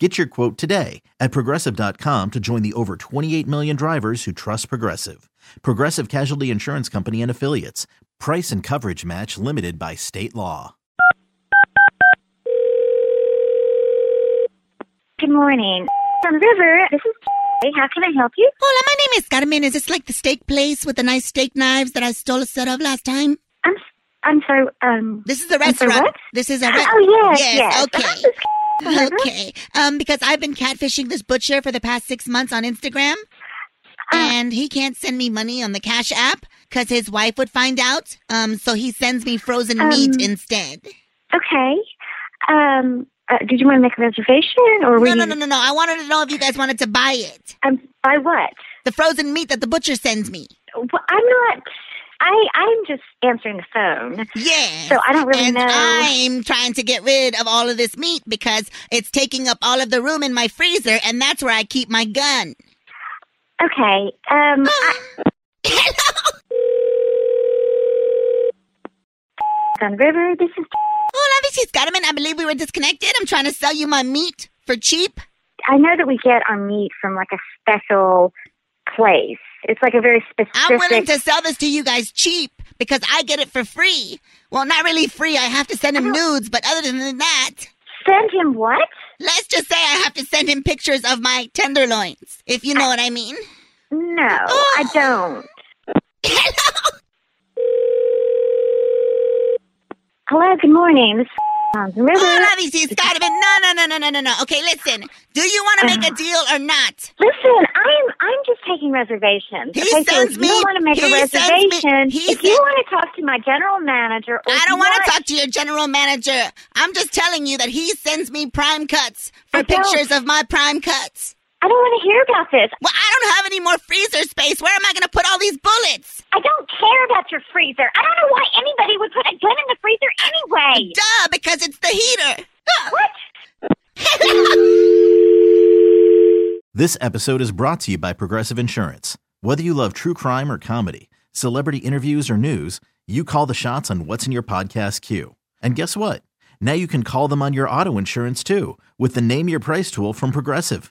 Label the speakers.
Speaker 1: Get your quote today at progressive.com to join the over 28 million drivers who trust Progressive. Progressive Casualty Insurance Company and Affiliates. Price and coverage match limited by state law.
Speaker 2: Good morning. From River, this is Kay. How can I help you?
Speaker 3: Hola, my name is Carmen. Is this like the steak place with the nice steak knives that I stole a set of last time?
Speaker 2: I'm I'm sorry. Um.
Speaker 3: This is the
Speaker 2: I'm sorry,
Speaker 3: restaurant.
Speaker 2: what?
Speaker 3: This is a restaurant.
Speaker 2: Oh yes,
Speaker 3: Yes,
Speaker 2: yes.
Speaker 3: okay.
Speaker 2: This is from River.
Speaker 3: Okay. Um, because I've been catfishing this butcher for the past six months on Instagram,
Speaker 2: Ah.
Speaker 3: and he can't send me money on the Cash app because his wife would find out. Um, so he sends me frozen meat
Speaker 2: Um,
Speaker 3: instead.
Speaker 2: Okay. Um. Uh, did you want to make a reservation or were
Speaker 3: No, no,
Speaker 2: you?
Speaker 3: no, no, no. I wanted to know if you guys wanted to buy it.
Speaker 2: Um, by what?
Speaker 3: The frozen meat that the butcher sends me.
Speaker 2: Well, I'm not. I I'm just answering the phone,
Speaker 3: Yes.
Speaker 2: so I don't really
Speaker 3: and
Speaker 2: know.
Speaker 3: I'm trying to get rid of all of this meat because it's taking up all of the room in my freezer, and that's where I keep my gun.
Speaker 2: Okay. Um.
Speaker 3: Oh.
Speaker 2: I,
Speaker 3: Hello,
Speaker 2: from River, this is.
Speaker 3: hola, this is Carmen. I believe we were disconnected. I'm trying to sell you my meat for cheap.
Speaker 2: I know that we get our meat from like a special place. It's like a very specific.
Speaker 3: I'm willing to sell this to you guys cheap because I get it for free. Well, not really free. I have to send him nudes, but other than that,
Speaker 2: send him what?
Speaker 3: let's just say I have to send him pictures of my tenderloins, if you know what I mean.
Speaker 2: No,
Speaker 3: Oh.
Speaker 2: I don't.
Speaker 3: Hello.
Speaker 2: Hello, good morning. This is Tom's River.
Speaker 3: Hola, this is Carmen. No, no, no, no, no, no, no. Okay, listen. Do you want to make a deal or not?
Speaker 2: Listen, I'm I'm just taking reservations.
Speaker 3: He
Speaker 2: okay, so
Speaker 3: sends
Speaker 2: if
Speaker 3: me-
Speaker 2: you want to make
Speaker 3: he
Speaker 2: a
Speaker 3: sends me-
Speaker 2: reservation,
Speaker 3: he
Speaker 2: if you
Speaker 3: sen-
Speaker 2: want to talk to my general manager, or
Speaker 3: I
Speaker 2: if you
Speaker 3: don't want to talk to your general manager. I'm just telling you that he sends me prime cuts for
Speaker 2: I don't-
Speaker 3: pictures of my prime cuts.
Speaker 2: I don't want to hear about this.
Speaker 3: Well, I don't have any more freezer space. Where am I going to put all these bullets?
Speaker 2: I don't care about your freezer. I don't know why anybody would put a gun in the freezer anyway.
Speaker 3: Duh, because it's the heater.
Speaker 2: What?
Speaker 1: This episode is brought to you by Progressive Insurance. Whether you love true crime or comedy, celebrity interviews or news, you call the shots on what's in your podcast queue. And guess what? Now you can call them on your auto insurance too with the Name Your Price tool from Progressive.